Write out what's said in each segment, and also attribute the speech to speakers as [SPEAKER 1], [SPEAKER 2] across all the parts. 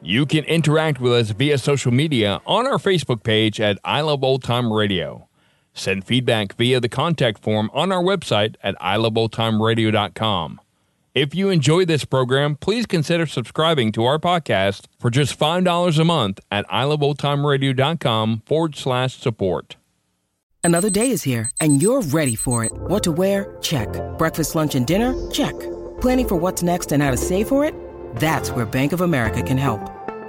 [SPEAKER 1] You can interact with us via social media on our Facebook page at I Love Old Time Radio. Send feedback via the contact form on our website at iloveoldtimeradio.com. If you enjoy this program, please consider subscribing to our podcast for just $5 a month at iloveoldtimeradio.com forward slash support.
[SPEAKER 2] Another day is here, and you're ready for it. What to wear? Check. Breakfast, lunch, and dinner? Check. Planning for what's next and how to save for it? That's where Bank of America can help.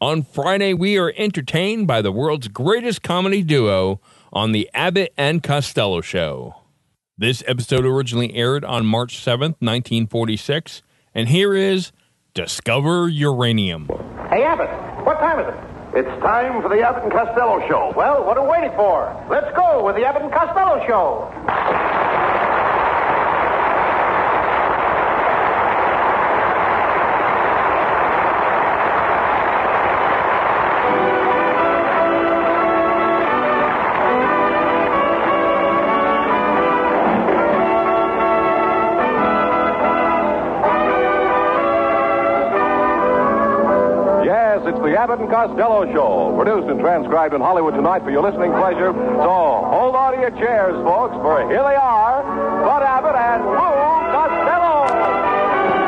[SPEAKER 1] On Friday, we are entertained by the world's greatest comedy duo on The Abbott and Costello Show. This episode originally aired on March 7th, 1946, and here is Discover Uranium.
[SPEAKER 3] Hey, Abbott, what time is it? It's time for the Abbott and Costello Show. Well, what are we waiting for? Let's go with the Abbott and Costello Show. Yes, it's the Abbott and Costello Show, produced and transcribed in Hollywood tonight for your listening pleasure. So hold on to your chairs, folks, for here they are Bud Abbott and Lou Costello.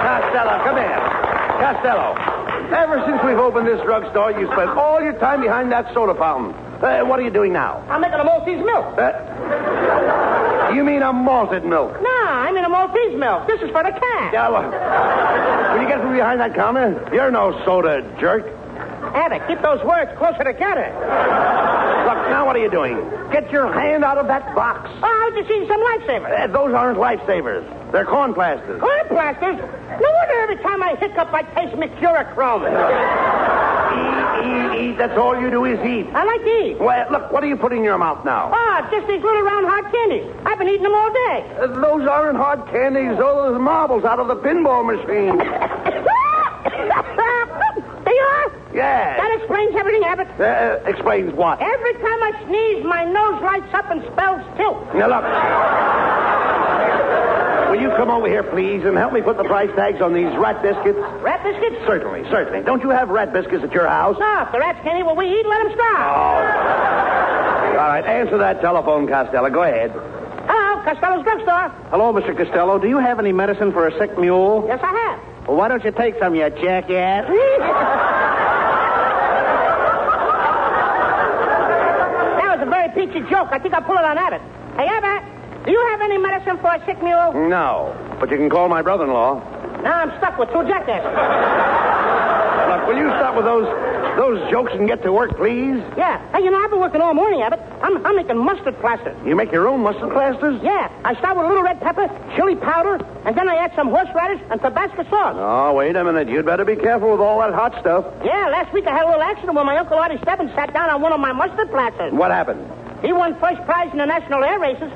[SPEAKER 3] Costello, come here. Costello, ever since we've opened this drugstore, you spent all your time behind that soda fountain. Uh, what are you doing now?
[SPEAKER 4] I'm making a Maltese milk.
[SPEAKER 3] Uh, you mean a malted milk?
[SPEAKER 4] Nah, I'm in a Maltese milk. This is for the cat.
[SPEAKER 3] Yeah, well, when you get from behind that counter, you're no soda jerk.
[SPEAKER 4] Abbott, keep those words closer together.
[SPEAKER 3] Look, now what are you doing? Get your hand out of that box.
[SPEAKER 4] Oh, I was just eating some
[SPEAKER 3] Uh,
[SPEAKER 4] lifesavers.
[SPEAKER 3] those aren't lifesavers. They're corn plasters.
[SPEAKER 4] Corn plasters? No wonder every time I hiccup, I taste mercurochrome.
[SPEAKER 3] Eat, eat, eat. That's all you do is eat.
[SPEAKER 4] I like to eat.
[SPEAKER 3] Well, look, what do you put in your mouth now?
[SPEAKER 4] Ah, just these little round hard candies. I've been eating them all day.
[SPEAKER 3] Uh, those aren't hard candies. Those are marbles out of the pinball machine.
[SPEAKER 4] they are?
[SPEAKER 3] Yeah.
[SPEAKER 4] That explains everything, Abbott.
[SPEAKER 3] Uh, explains what?
[SPEAKER 4] Every time I sneeze, my nose lights up and spells tilt.
[SPEAKER 3] Now, look. Will you come over here, please, and help me put the price tags on these rat biscuits?
[SPEAKER 4] Rat biscuits?
[SPEAKER 3] Certainly, certainly. Don't you have rat biscuits at your house? Oh.
[SPEAKER 4] No, if the rats can't eat what we eat, let them starve.
[SPEAKER 3] All right, answer that telephone, Costello. Go ahead.
[SPEAKER 4] Hello, Costello's drugstore.
[SPEAKER 3] Hello, Mr. Costello. Do you have any medicine for a sick mule?
[SPEAKER 4] Yes, I have.
[SPEAKER 3] Well, why don't you take some, you jackass?
[SPEAKER 4] That was a very peachy joke. I think I'll pull it on Abbott. Hey, Abbott, do you have any medicine for a sick mule?
[SPEAKER 3] No, but you can call my brother-in-law.
[SPEAKER 4] Now I'm stuck with two jackasses.
[SPEAKER 3] Look, will you stop with those those jokes and get to work, please?
[SPEAKER 4] Yeah. Hey, you know, I've been working all morning, Abbott. I'm, I'm making mustard plasters.
[SPEAKER 3] You make your own mustard plasters?
[SPEAKER 4] Yeah, I start with a little red pepper, chili powder, and then I add some horseradish and Tabasco sauce.
[SPEAKER 3] Oh, wait a minute. You'd better be careful with all that hot stuff.
[SPEAKER 4] Yeah, last week I had a little accident when my Uncle Artie Stebbins sat down on one of my mustard plasters.
[SPEAKER 3] What happened?
[SPEAKER 4] He won first prize in the national air races.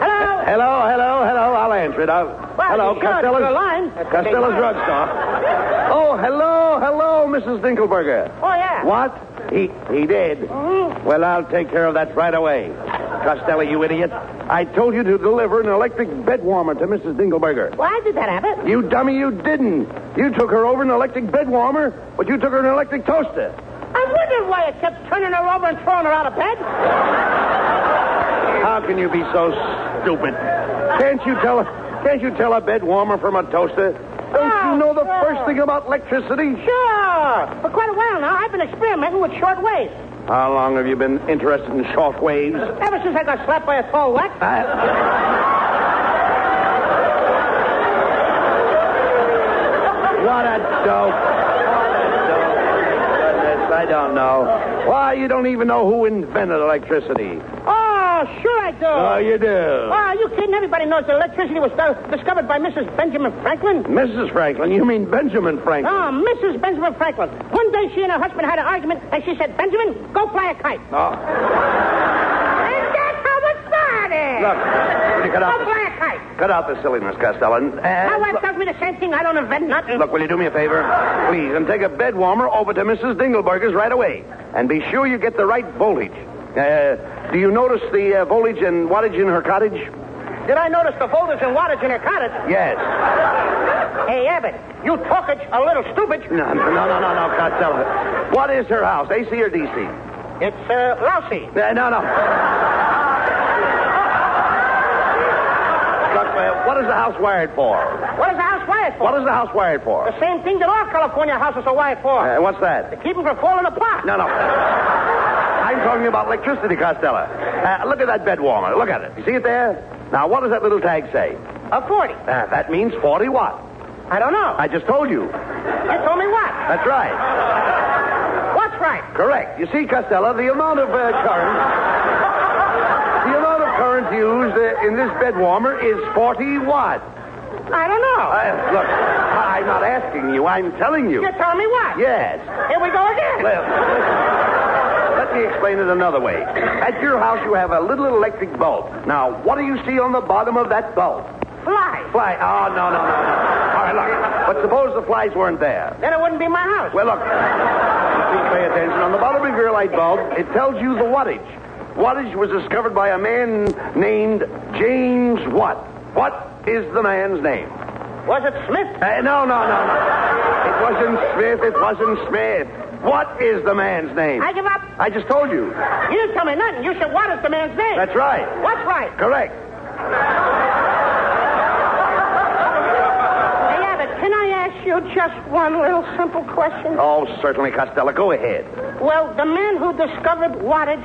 [SPEAKER 4] Hello.
[SPEAKER 3] Hello, hello, hello. I'll answer it. I'll...
[SPEAKER 4] Well,
[SPEAKER 3] hello,
[SPEAKER 4] you sure it's
[SPEAKER 3] Costello's
[SPEAKER 4] your line.
[SPEAKER 3] Costello's drugstore. Oh, hello, hello, Mrs. Dinkelberger.
[SPEAKER 4] Oh, yeah.
[SPEAKER 3] What? He he did.
[SPEAKER 4] Mhm.
[SPEAKER 3] Well, I'll take care of that right away. Costello, you idiot. I told you to deliver an electric bed warmer to Mrs. Dingleberger.
[SPEAKER 4] Well, I did that, Abbott.
[SPEAKER 3] You dummy, you didn't. You took her over an electric bed warmer, but you took her an electric toaster.
[SPEAKER 4] I wondered why it kept turning her over and throwing her out of bed.
[SPEAKER 3] How can you be so stupid? Can't you tell a, can't you tell a bed warmer from a toaster? Don't you know the first thing about electricity?
[SPEAKER 4] Sure. For quite a while now, I've been experimenting with short waves.
[SPEAKER 3] How long have you been interested in short waves?
[SPEAKER 4] Ever since I got slapped by a tall whack.
[SPEAKER 3] What a dope. What a dope. Goodness, I don't know. Why, you don't even know who invented electricity.
[SPEAKER 4] Oh, sure I do.
[SPEAKER 3] Oh, you do.
[SPEAKER 4] Oh, are you kidding? Everybody knows that electricity was uh, discovered by Mrs. Benjamin Franklin.
[SPEAKER 3] Mrs. Franklin, you mean Benjamin Franklin.
[SPEAKER 4] Oh, Mrs. Benjamin Franklin. One day she and her husband had an argument, and she said, Benjamin, go fly a kite.
[SPEAKER 3] Oh,
[SPEAKER 4] And that's how it started. Uh,
[SPEAKER 3] look, will you cut
[SPEAKER 4] go
[SPEAKER 3] out
[SPEAKER 4] fly
[SPEAKER 3] the,
[SPEAKER 4] a kite.
[SPEAKER 3] cut out the silliness, Costello. and- and
[SPEAKER 4] My wife
[SPEAKER 3] look-
[SPEAKER 4] tells me the same thing. I don't invent nothing.
[SPEAKER 3] Look, will you do me a favor? Please, and take a bed warmer over to Mrs. Dingleberger's right away. And be sure you get the right voltage. Uh, do you notice the uh, voltage and wattage in her cottage?
[SPEAKER 4] Did I notice the folders and wattage in her cottage?
[SPEAKER 3] Yes.
[SPEAKER 4] Hey, Abbott, you talkage a little stupid.
[SPEAKER 3] No, no, no, no, no, no, Costello. What is her house, AC or DC?
[SPEAKER 4] It's uh, lousy.
[SPEAKER 3] Uh, no, no. Look, uh, what is the house wired for?
[SPEAKER 4] What is the house wired for?
[SPEAKER 3] What is the house wired for?
[SPEAKER 4] The same thing that all California houses are wired for.
[SPEAKER 3] Uh, what's that?
[SPEAKER 4] Keep them from falling apart.
[SPEAKER 3] No, no. I'm talking about electricity, Costello. Uh, look at that bed warmer. Look at it. You see it there? Now, what does that little tag say?
[SPEAKER 4] A 40.
[SPEAKER 3] Uh, that means 40 watt.
[SPEAKER 4] I Uh, don't know.
[SPEAKER 3] I just told you.
[SPEAKER 4] You told me what?
[SPEAKER 3] That's right.
[SPEAKER 4] What's right?
[SPEAKER 3] Correct. You see, Costello, the amount of uh, current. The amount of current used uh, in this bed warmer is 40 watt.
[SPEAKER 4] I don't know.
[SPEAKER 3] I, look, I- I'm not asking you. I'm telling you.
[SPEAKER 4] You're telling me what?
[SPEAKER 3] Yes.
[SPEAKER 4] Here we go again.
[SPEAKER 3] Well, let me explain it another way. At your house, you have a little electric bulb. Now, what do you see on the bottom of that bulb?
[SPEAKER 4] Fly.
[SPEAKER 3] Fly. Oh, no, no, no, no. All right, look. But suppose the flies weren't there.
[SPEAKER 4] Then it wouldn't be my house.
[SPEAKER 3] Well, look. Please pay attention. On the bottom of your light bulb, it tells you the wattage. Wattage was discovered by a man named James Watt. What is the man's name?
[SPEAKER 4] Was it Smith?
[SPEAKER 3] Uh, no, no, no, no. It wasn't Smith. It wasn't Smith. What is the man's name?
[SPEAKER 4] I give up.
[SPEAKER 3] I just told you.
[SPEAKER 4] You didn't tell me nothing. You said what is the man's name?
[SPEAKER 3] That's right.
[SPEAKER 4] What's right?
[SPEAKER 3] Correct.
[SPEAKER 4] Hey, Abbott, can I ask you just one little simple question?
[SPEAKER 3] Oh, certainly, Costello. Go ahead.
[SPEAKER 4] Well, the man who discovered wattage,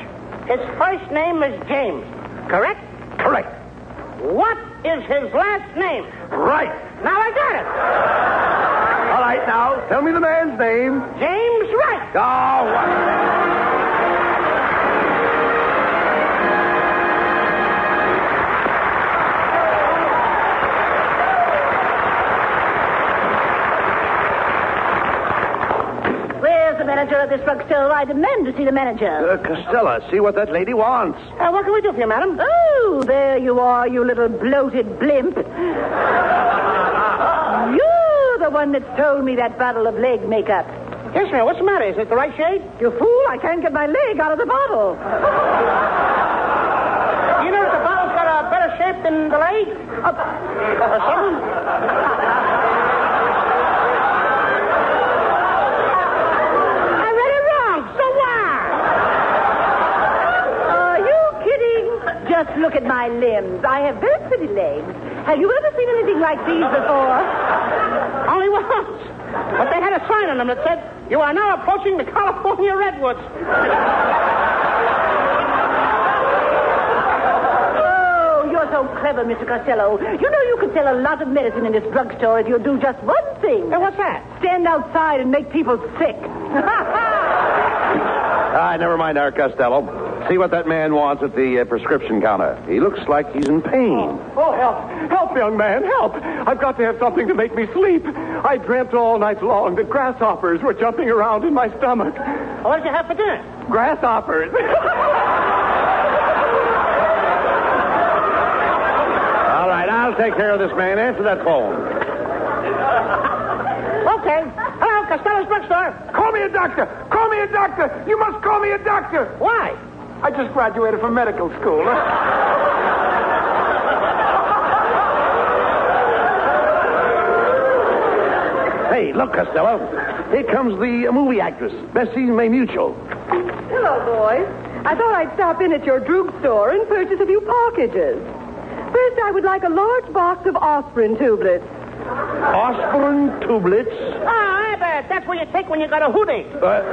[SPEAKER 4] his first name is James, correct?
[SPEAKER 3] Correct.
[SPEAKER 4] What is his last name?
[SPEAKER 3] Right.
[SPEAKER 4] Now I got
[SPEAKER 3] All right, now, tell me the man's name.
[SPEAKER 4] it. James Wright.
[SPEAKER 3] Oh, what?
[SPEAKER 5] Where's the manager of this drugstore? I demand to see the manager.
[SPEAKER 3] Uh, Costello, see what that lady wants.
[SPEAKER 4] Uh, what can we do for you, madam?
[SPEAKER 5] Oh, there you are, you little bloated blimp. You're the one that sold me that bottle of leg makeup.
[SPEAKER 4] Yes, ma'am. What's the matter? Is it the right shade?
[SPEAKER 5] You fool, I can't get my leg out of the bottle.
[SPEAKER 4] You know that the bottle's got a better shape than the leg?
[SPEAKER 5] Uh,
[SPEAKER 4] Up. Or something? I read it wrong. So
[SPEAKER 5] Are
[SPEAKER 4] why?
[SPEAKER 5] you kidding? Just look at my limbs. I have very pretty legs. Have you ever seen anything like these before?
[SPEAKER 4] Only once. But they had a sign on them that said, You are now approaching the California Redwoods.
[SPEAKER 5] Oh, you're so clever, Mr. Costello. You know you could sell a lot of medicine in this drugstore if you'll do just one thing.
[SPEAKER 4] And what's that?
[SPEAKER 5] Stand outside and make people sick.
[SPEAKER 3] All right, Ah, never mind our Costello. See what that man wants at the uh, prescription counter. He looks like he's in pain.
[SPEAKER 6] Oh, help! Help, young man, help! I've got to have something to make me sleep. I dreamt all night long that grasshoppers were jumping around in my stomach.
[SPEAKER 4] What did you have for dinner?
[SPEAKER 6] Grasshoppers.
[SPEAKER 3] All right, I'll take care of this man. Answer that phone.
[SPEAKER 4] Okay. Hello, Costello's Drugstore.
[SPEAKER 6] call me a doctor! Call me a doctor! You must call me a doctor!
[SPEAKER 4] Why?
[SPEAKER 7] I just graduated from medical school.
[SPEAKER 3] Hey, look, Costello. Here comes the uh, movie actress, Bessie May Mutual.
[SPEAKER 4] Hello, boys. I thought I'd stop in at your drugstore and purchase a few packages. First, I would like a large box of aspirin tubelets.
[SPEAKER 3] Aspirin tublets.
[SPEAKER 8] Ah, Abbott, that's what you take when you got a hoodie.
[SPEAKER 3] Uh,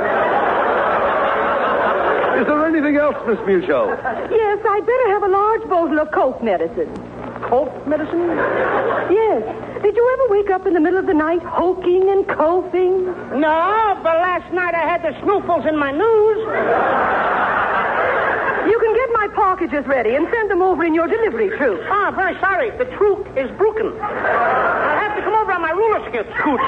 [SPEAKER 3] Is there anything else, Miss Mutual?
[SPEAKER 4] Yes, I'd better have a large bottle of cold medicine.
[SPEAKER 3] Cold medicine?
[SPEAKER 4] Yes. Did you ever wake up in the middle of the night hoking and coughing?
[SPEAKER 8] No, but last night I had the snoofles in my nose.
[SPEAKER 4] You can get my packages ready and send them over in your delivery troop.
[SPEAKER 8] Ah, very sorry. The truth is broken. I'll have to come over on my roller skate scooch.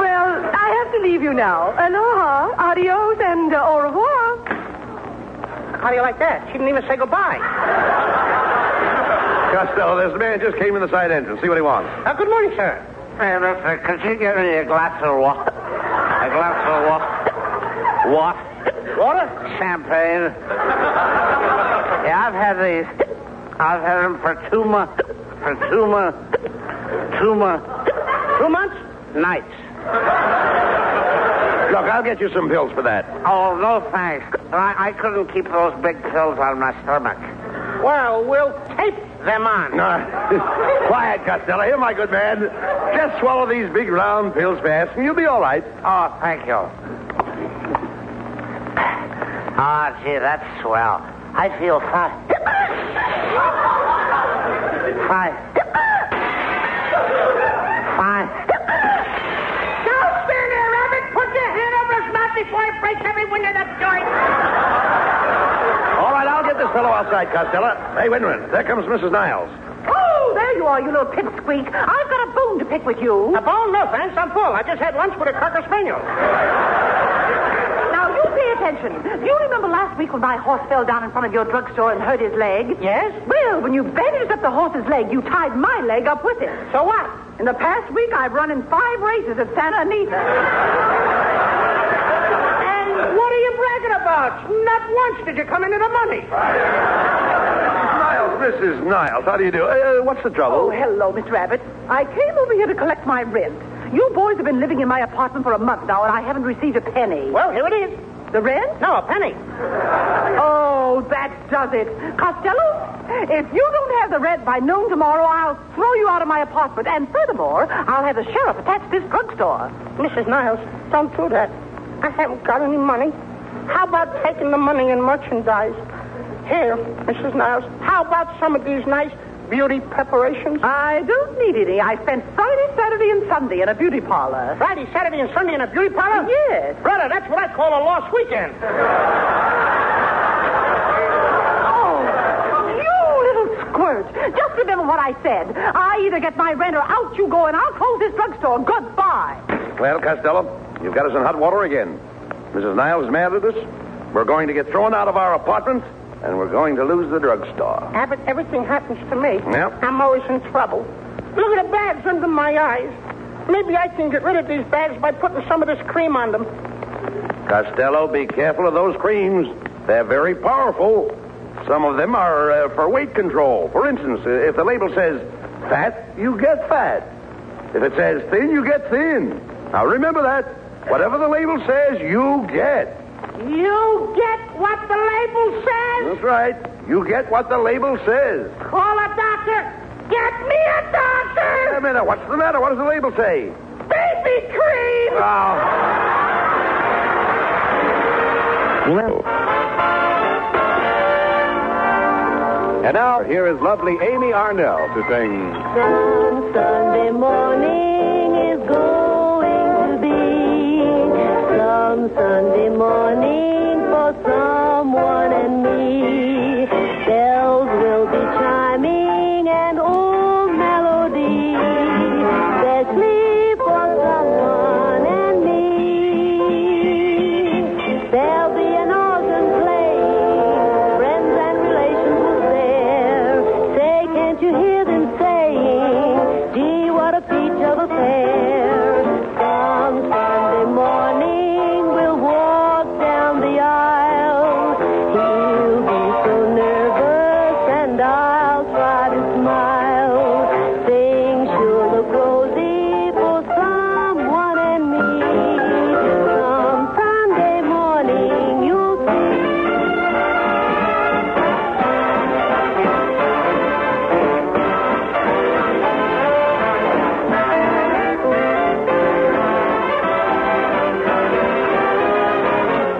[SPEAKER 4] Well, I have to leave you now. Aloha, adios, and uh, au revoir.
[SPEAKER 8] How do you like that? She didn't even say goodbye.
[SPEAKER 3] Costello, this man just came in the side entrance. See what he wants.
[SPEAKER 8] Uh, good morning, sir.
[SPEAKER 9] could you uh, get me a glass of water? A glass of water? What? Water? Champagne. Yeah, I've had these. I've had them for two months. For two months. Two months. Two months? Nights.
[SPEAKER 3] Look, I'll get you some pills for that.
[SPEAKER 9] Oh, no thanks. I, I couldn't keep those big pills on my stomach.
[SPEAKER 8] Well, we'll tape them on.
[SPEAKER 3] No. Uh, Quiet, Costello. Here, my good man. Just swallow these big round pills fast, and you'll be all right.
[SPEAKER 9] Oh, thank you. Ah, gee, that's swell. I feel fine. Fine. Fine.
[SPEAKER 8] Don't stand there, Abbott. Put your hand over his mouth before it breaks every window that joint.
[SPEAKER 3] All right, I'll get this fellow outside, Costello. Hey, wait a minute. There comes Mrs. Niles.
[SPEAKER 4] Oh, there you are, you little pipsqueak. I've got a bone to pick with you.
[SPEAKER 8] A bone? No, thanks. I'm full. I just had lunch with a cocker spaniel.
[SPEAKER 4] Now, you pay attention. Do you remember last week when my horse fell down in front of your drugstore and hurt his leg?
[SPEAKER 8] Yes?
[SPEAKER 4] Well, when you bandaged up the horse's leg, you tied my leg up with it.
[SPEAKER 8] So what?
[SPEAKER 4] In the past week, I've run in five races at Santa Anita.
[SPEAKER 8] And what are you bragging about? Not once did you come into the money.
[SPEAKER 3] Niles, Mrs. Niles, how do you do? Uh, uh, what's the
[SPEAKER 4] Oh,
[SPEAKER 3] trouble?
[SPEAKER 4] hello, Miss Rabbit. I came over here to collect my rent. You boys have been living in my apartment for a month now, and I haven't received a penny.
[SPEAKER 8] Well, here it is.
[SPEAKER 4] The rent?
[SPEAKER 8] No, a penny.
[SPEAKER 4] Oh, that does it. Costello, if you don't have the rent by noon tomorrow, I'll throw you out of my apartment. And furthermore, I'll have the sheriff attach this drugstore.
[SPEAKER 8] Mrs. Niles, don't do that. I haven't got any money. How about taking the money in merchandise? Here, Mrs. Niles, how about some of these nice beauty preparations?
[SPEAKER 4] I don't need any. I spent Friday, Saturday, and Sunday in a beauty parlor.
[SPEAKER 8] Friday, Saturday, and Sunday in a beauty parlor?
[SPEAKER 4] Yes.
[SPEAKER 8] Brother, that's what I call a lost weekend.
[SPEAKER 4] Oh, you little squirt. Just remember what I said. I either get my rent or out you go, and I'll close this drugstore. Goodbye.
[SPEAKER 3] Well, Costello, you've got us in hot water again. Mrs. Niles is mad at us. We're going to get thrown out of our apartment, and we're going to lose the drugstore.
[SPEAKER 8] Abbott, everything happens to me.
[SPEAKER 3] Yep.
[SPEAKER 8] I'm always in trouble. Look at the bags under my eyes. Maybe I can get rid of these bags by putting some of this cream on them.
[SPEAKER 3] Costello, be careful of those creams. They're very powerful. Some of them are uh, for weight control. For instance, uh, if the label says fat, you get fat. If it says thin, you get thin. Now remember that. Whatever the label says, you get.
[SPEAKER 8] You get what the label says?
[SPEAKER 3] That's right. You get what the label says.
[SPEAKER 8] Call a doctor. Get me a
[SPEAKER 3] Wait a
[SPEAKER 8] doctor.
[SPEAKER 3] minute. What's the matter? What does the label say?
[SPEAKER 8] Baby cream.
[SPEAKER 3] Oh. And now, here is lovely Amy Arnell to sing.
[SPEAKER 4] Sunday morning is going to be some Sunday morning for someone and me. Bells will be chiming an old melody. Especially for someone and me. There'll be an organ playing, friends and relations will there. Say, can't you hear them saying, gee, what a peach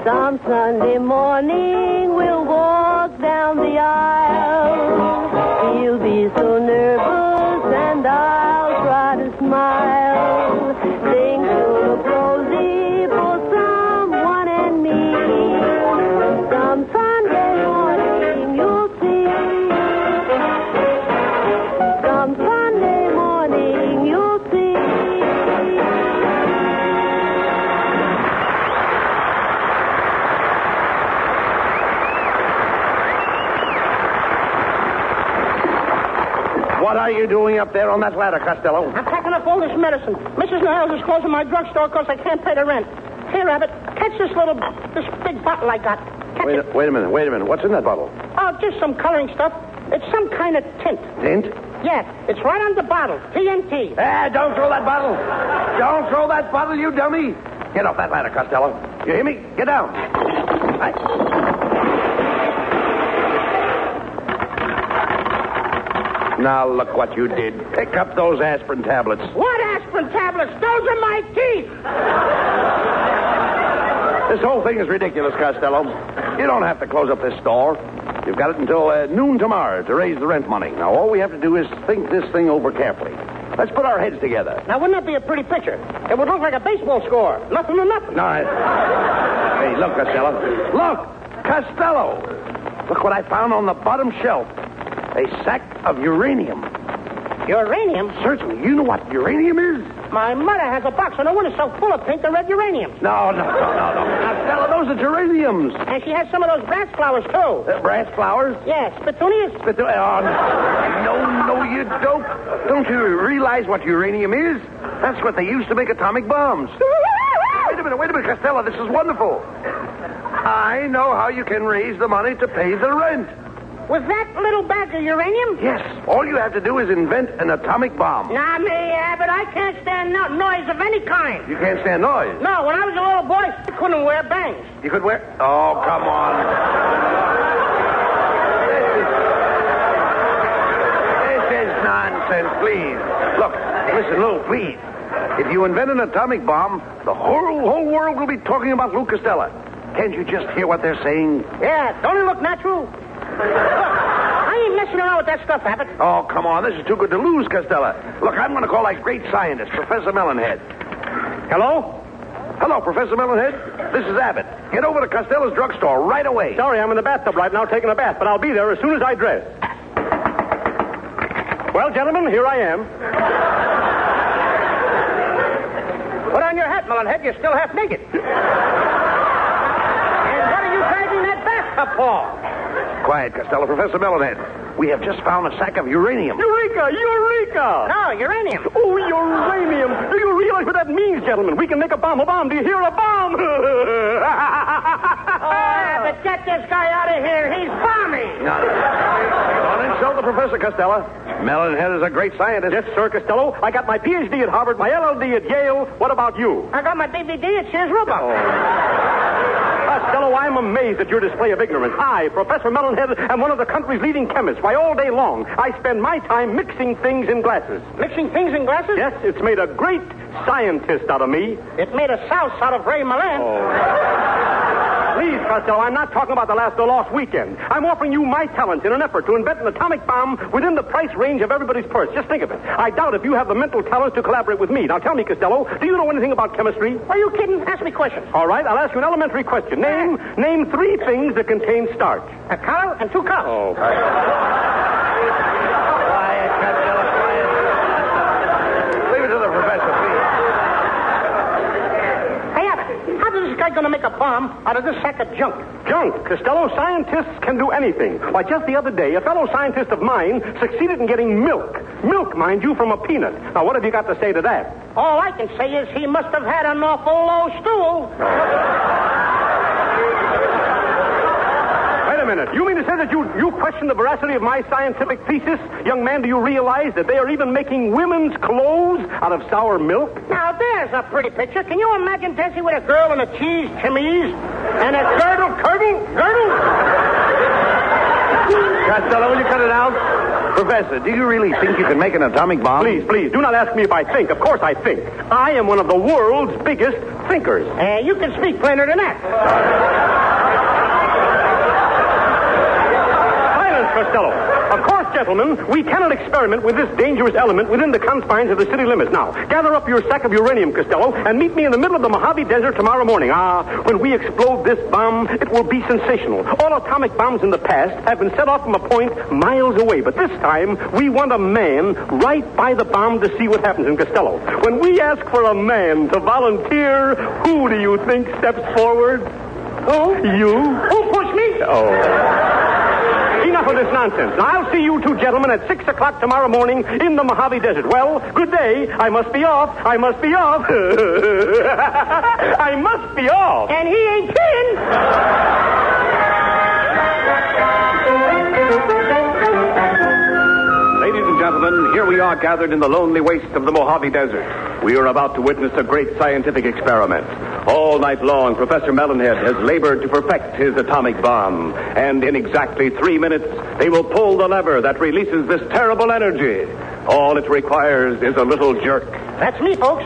[SPEAKER 10] on Sunday morning we'll walk down the aisle. You'll be so nervous and I'll try to smile. Sing to the prosy for someone and me. Some Sunday morning you'll see. Some Sunday morning you'll see.
[SPEAKER 3] What are you doing up there on that ladder, Costello?
[SPEAKER 4] I'm packing up all this medicine. Mrs. Niles is closing my drugstore because I can't pay the rent. Here, Abbott, catch this little, this big bottle I got. Catch
[SPEAKER 3] Wait,
[SPEAKER 4] it.
[SPEAKER 3] a- wait a minute, wait a minute. What's in that bottle?
[SPEAKER 4] Oh, just some coloring stuff. It's some kind of tint.
[SPEAKER 3] Tint?
[SPEAKER 4] Yeah, it's right on the bottle. TNT.
[SPEAKER 3] Ah, don't throw that bottle. Don't throw that bottle, you dummy. Get off that ladder, Costello. You hear me? Get down. I- Now look what you did. Pick up those aspirin tablets.
[SPEAKER 4] What aspirin tablets? Those are my teeth.
[SPEAKER 3] This whole thing is ridiculous, Costello. You don't have to close up this store. You've got it until uh, noon tomorrow to raise the rent money. Now, all we have to do is think this thing over carefully. Let's put our heads together.
[SPEAKER 4] Now, wouldn't that be a pretty picture? It would look like a baseball score. Nothing to nothing.
[SPEAKER 3] All right. Hey, look, Costello. Look! Costello! Look what I found on the bottom shelf a sack of uranium.
[SPEAKER 4] Uranium?
[SPEAKER 3] Certainly. You know what uranium is?
[SPEAKER 4] My mother has a box on her window so full of pink and red uraniums.
[SPEAKER 3] No, no, no, no, no. Costello, those are geraniums.
[SPEAKER 4] And she has some of those brass flowers, too.
[SPEAKER 3] Uh, brass flowers?
[SPEAKER 4] Yes, petunias.
[SPEAKER 3] But the- oh, no, no, you dope. Don't you realize what uranium is? That's what they used to make atomic bombs. Wait a minute, wait a minute, Costello. This is wonderful. I know how you can raise the money to pay the rent.
[SPEAKER 4] With that little bag of uranium?
[SPEAKER 3] Yes, all you have to do is invent an atomic bomb.
[SPEAKER 4] Now, me, Abbott, I can't stand no noise of any kind.
[SPEAKER 3] You can't stand noise.
[SPEAKER 4] No, when I was a little boy, I couldn't wear bangs.
[SPEAKER 3] You could wear. Oh, come on. This is nonsense, please. Look, listen, Lou, please. If you invent an atomic bomb, the whole, whole world will be talking about Lou Costello. Can't you just hear what they're saying?
[SPEAKER 4] Yeah, don't it look natural? Look, I ain't messing around with that stuff, Abbott.
[SPEAKER 3] Oh, come on. This is too good to lose, Costello. Look, I'm going to call that great scientist, Professor Mellonhead. Hello? Hello, Professor Mellonhead. This is Abbott. Get over to Costello's drugstore right away.
[SPEAKER 6] Sorry, I'm in the bathtub right now taking a bath, but I'll be there as soon as I dress. Well, gentlemen, here I am.
[SPEAKER 4] Put on your hat, Mullenhead. You're still half naked. and what are you dragging that bathtub for?
[SPEAKER 3] Quiet, Costello. Professor Mellonhead. We have just found a sack of uranium.
[SPEAKER 6] Eureka! Eureka!
[SPEAKER 4] No, uranium.
[SPEAKER 6] Oh, uranium. Do you realize what that means, gentlemen? We can make a bomb a bomb. Do you hear a bomb?
[SPEAKER 4] Oh, Abbott, get this guy out of here. He's bombing.
[SPEAKER 3] No, no. Don't insult the professor, Costello. Mellonhead is a great scientist.
[SPEAKER 6] yes, sir, Costello. I got my PhD at Harvard, my LLD at Yale. What about you?
[SPEAKER 4] I got my DVD at Sears Roebuck.
[SPEAKER 6] Costello, I'm amazed at your display of ignorance. I, Professor Mellonhead, am one of the country's leading chemists. Why, all day long, I spend my time mixing things in glasses.
[SPEAKER 4] Mixing things in glasses?
[SPEAKER 6] Yes, it's made a great scientist out of me.
[SPEAKER 4] It made a souse out of Ray Milan.
[SPEAKER 6] Oh. Please, Costello, I'm not talking about the last or lost weekend. I'm offering you my talents in an effort to invent an atomic bomb within the price range of everybody's purse. Just think of it. I doubt if you have the mental talents to collaborate with me. Now tell me, Costello, do you know anything about chemistry?
[SPEAKER 4] Are you kidding? Ask me questions. Uh,
[SPEAKER 6] All right, I'll ask you an elementary question. Name name three things that contain starch.
[SPEAKER 4] A cow and two cows.
[SPEAKER 6] Oh.
[SPEAKER 3] Quiet, Costello. Quiet. Leave it to the professor, please.
[SPEAKER 4] Hey, Abbott, how is this guy going to make a bomb out of this sack of junk?
[SPEAKER 6] Junk, Costello, scientists can do anything. Why, just the other day, a fellow scientist of mine succeeded in getting milk. Milk, mind you, from a peanut. Now, what have you got to say to that?
[SPEAKER 4] All I can say is he must have had an awful low stool.
[SPEAKER 6] Wait a minute. You mean to say that you, you question the veracity of my scientific thesis? Young man, do you realize that they are even making women's clothes out of sour milk?
[SPEAKER 4] Now, there's a pretty picture. Can you imagine dancing with a girl in a cheese chemise and a girdle, girdle, girdle?
[SPEAKER 3] Costello, will you cut it out? Professor, do you really think you can make an atomic bomb?
[SPEAKER 6] Please, please, do not ask me if I think. Of course I think. I am one of the world's biggest thinkers.
[SPEAKER 4] And Eh, you can speak plainer than that.
[SPEAKER 6] Silence, Costello. Of course, gentlemen, we cannot experiment with this dangerous element within the confines of the city limits. Now, gather up your sack of uranium, Costello, and meet me in the middle of the Mojave Desert tomorrow morning. Ah, when we explode this bomb, it will be sensational. All atomic bombs in the past have been set off from a point miles away, but this time we want a man right by the bomb to see what happens in Costello. When we ask for a man to volunteer, who do you think steps forward? Who? You. Oh? Who pushed me? Oh. Enough of this nonsense. Now, I'll see you two gentlemen at 6 o'clock tomorrow morning in the Mojave Desert. Well, good day. I must be off. I must be off. I must be off.
[SPEAKER 4] And he ain't kidding.
[SPEAKER 3] Ladies and gentlemen, here we are gathered in the lonely waste of the Mojave Desert. We are about to witness a great scientific experiment. All night long, Professor Mellonhead has labored to perfect his atomic bomb. And in exactly three minutes, they will pull the lever that releases this terrible energy. All it requires is a little jerk.
[SPEAKER 4] That's me, folks.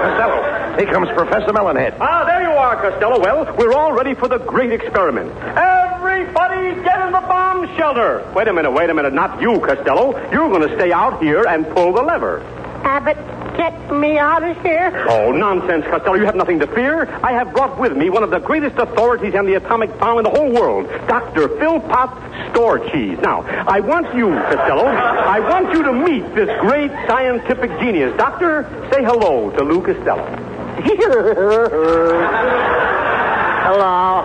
[SPEAKER 3] Costello, here comes Professor Mellonhead.
[SPEAKER 6] Ah, there you are, Costello. Well, we're all ready for the great experiment. Everybody get in the bomb shelter. Wait a minute, wait a minute. Not you, Costello. You're going to stay out here and pull the lever.
[SPEAKER 4] Abbott, get me out of here.
[SPEAKER 6] Oh, nonsense, Costello. You have nothing to fear. I have brought with me one of the greatest authorities on the atomic bomb in the whole world, Dr. Philpot Storcheese. Now, I want you, Costello, I want you to meet this great scientific genius. Doctor, say hello to Lou Costello.
[SPEAKER 9] Hello.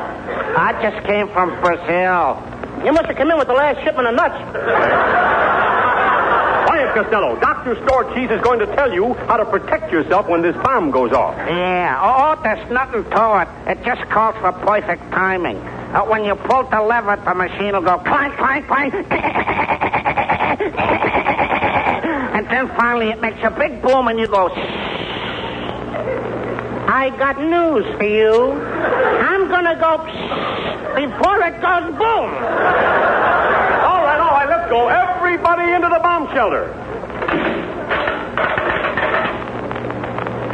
[SPEAKER 9] I just came from Brazil.
[SPEAKER 4] You must have come in with the last shipment of nuts.
[SPEAKER 6] Quiet, Costello. Dr. Storcheese is going to tell you how to protect yourself when this bomb goes off.
[SPEAKER 9] Yeah. Oh, oh, there's nothing to it. It just calls for perfect timing. Uh, when you pull the lever, the machine will go clank, clank, clank. and then finally it makes a big boom and you go,
[SPEAKER 4] I got news for you. I'm gonna go before it goes boom.
[SPEAKER 6] All right, all right, let's go. Everybody into the bomb shelter.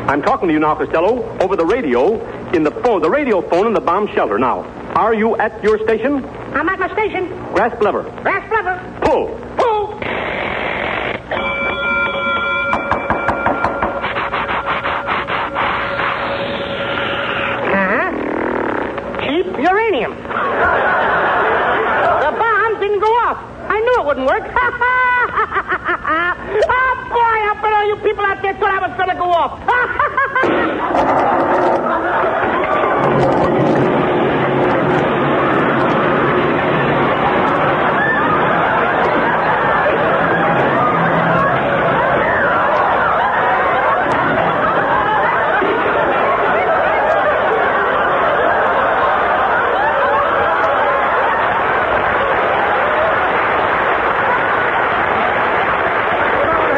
[SPEAKER 6] I'm talking to you now, Costello, over the radio, in the phone, the radio phone in the bomb shelter. Now, are you at your station?
[SPEAKER 4] I'm at my station.
[SPEAKER 6] Grasp lever.
[SPEAKER 4] Brass blubber.
[SPEAKER 6] Pull.
[SPEAKER 4] Pull. Huh? Cheap uranium. the bomb didn't go off. I knew it wouldn't work. oh, boy, I bet all you people out there thought I was going to go off.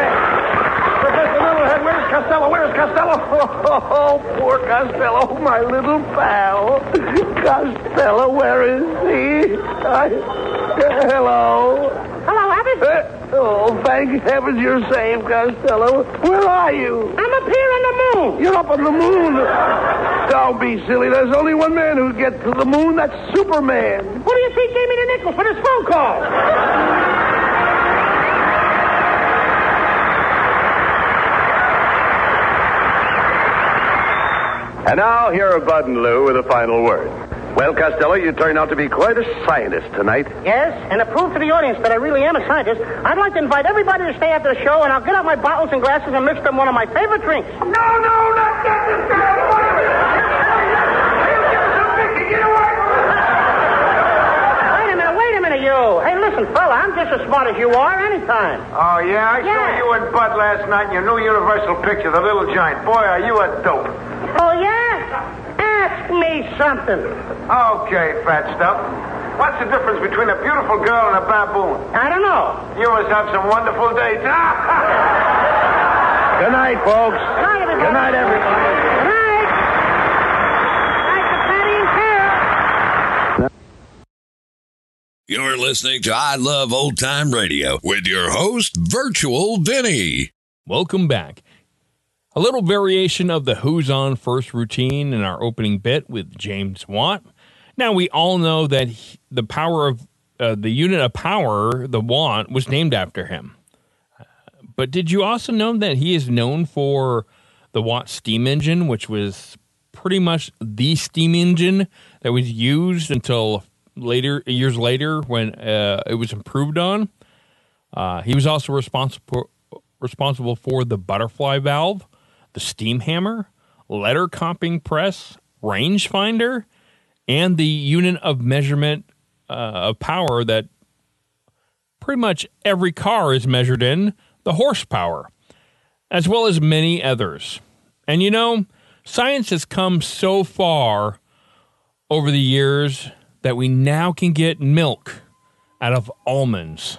[SPEAKER 3] Professor Mellonhead, where's Costello? Where's Costello? Oh, poor Costello, my little pal. Costello, where is he? I... Hello.
[SPEAKER 4] Hello, Abbott.
[SPEAKER 3] Uh, Oh, thank heavens you're saved, Costello. Where are you?
[SPEAKER 4] I'm up here on the moon.
[SPEAKER 3] You're up on the moon. Don't be silly. There's only one man who gets to the moon. That's Superman.
[SPEAKER 4] What do you think gave me the nickel for this phone call?
[SPEAKER 3] And now here are Bud and Lou with a final word. Well, Costello, you turned out to be quite a scientist tonight.
[SPEAKER 4] Yes, and to prove to the audience that I really am a scientist, I'd like to invite everybody to stay after the show, and I'll get out my bottles and glasses and mix them one of my favorite drinks.
[SPEAKER 11] No, no, not that. This guy. He'll give us a big get away from us.
[SPEAKER 4] Wait a minute, wait a minute, you. Hey, listen, fella, I'm just as smart as you are anytime.
[SPEAKER 11] Oh, yeah? I
[SPEAKER 4] Yeah.
[SPEAKER 11] saw you and Bud last night in your new Universal picture, The Little Giant. Boy, are you a dope.
[SPEAKER 4] Oh, yeah? Ask me something.
[SPEAKER 11] Okay, fat stuff. What's the difference between a beautiful girl and a baboon?
[SPEAKER 4] I don't know.
[SPEAKER 11] You must have some wonderful dates.
[SPEAKER 3] Good night, folks.
[SPEAKER 4] Good night, everybody.
[SPEAKER 3] Good night, everybody.
[SPEAKER 4] Good night. Good night to Patty and Carol.
[SPEAKER 12] You're listening to I Love Old Time Radio with your host, Virtual Vinny.
[SPEAKER 1] Welcome back. A little variation of the Who's On First routine in our opening bit with James Watt. Now, we all know that he- the power of uh, the unit of power, the Watt, was named after him. But did you also know that he is known for the Watt steam engine, which was pretty much the steam engine that was used until later years later when uh, it was improved on? Uh, he was also responsible responsible for the butterfly valve, the steam hammer, letter copying press, rangefinder, and the unit of measurement uh, of power that pretty much every car is measured in, the horsepower, as well as many others. And you know, science has come so far over the years that we now can get milk out of almonds.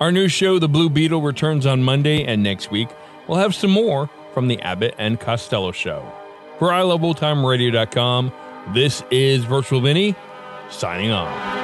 [SPEAKER 1] Our new show, The Blue Beetle, returns on Monday, and next week we'll have some more from the Abbott and Costello show. For iLoveOldTimeRadio.com, this is Virtual Vinny, signing off.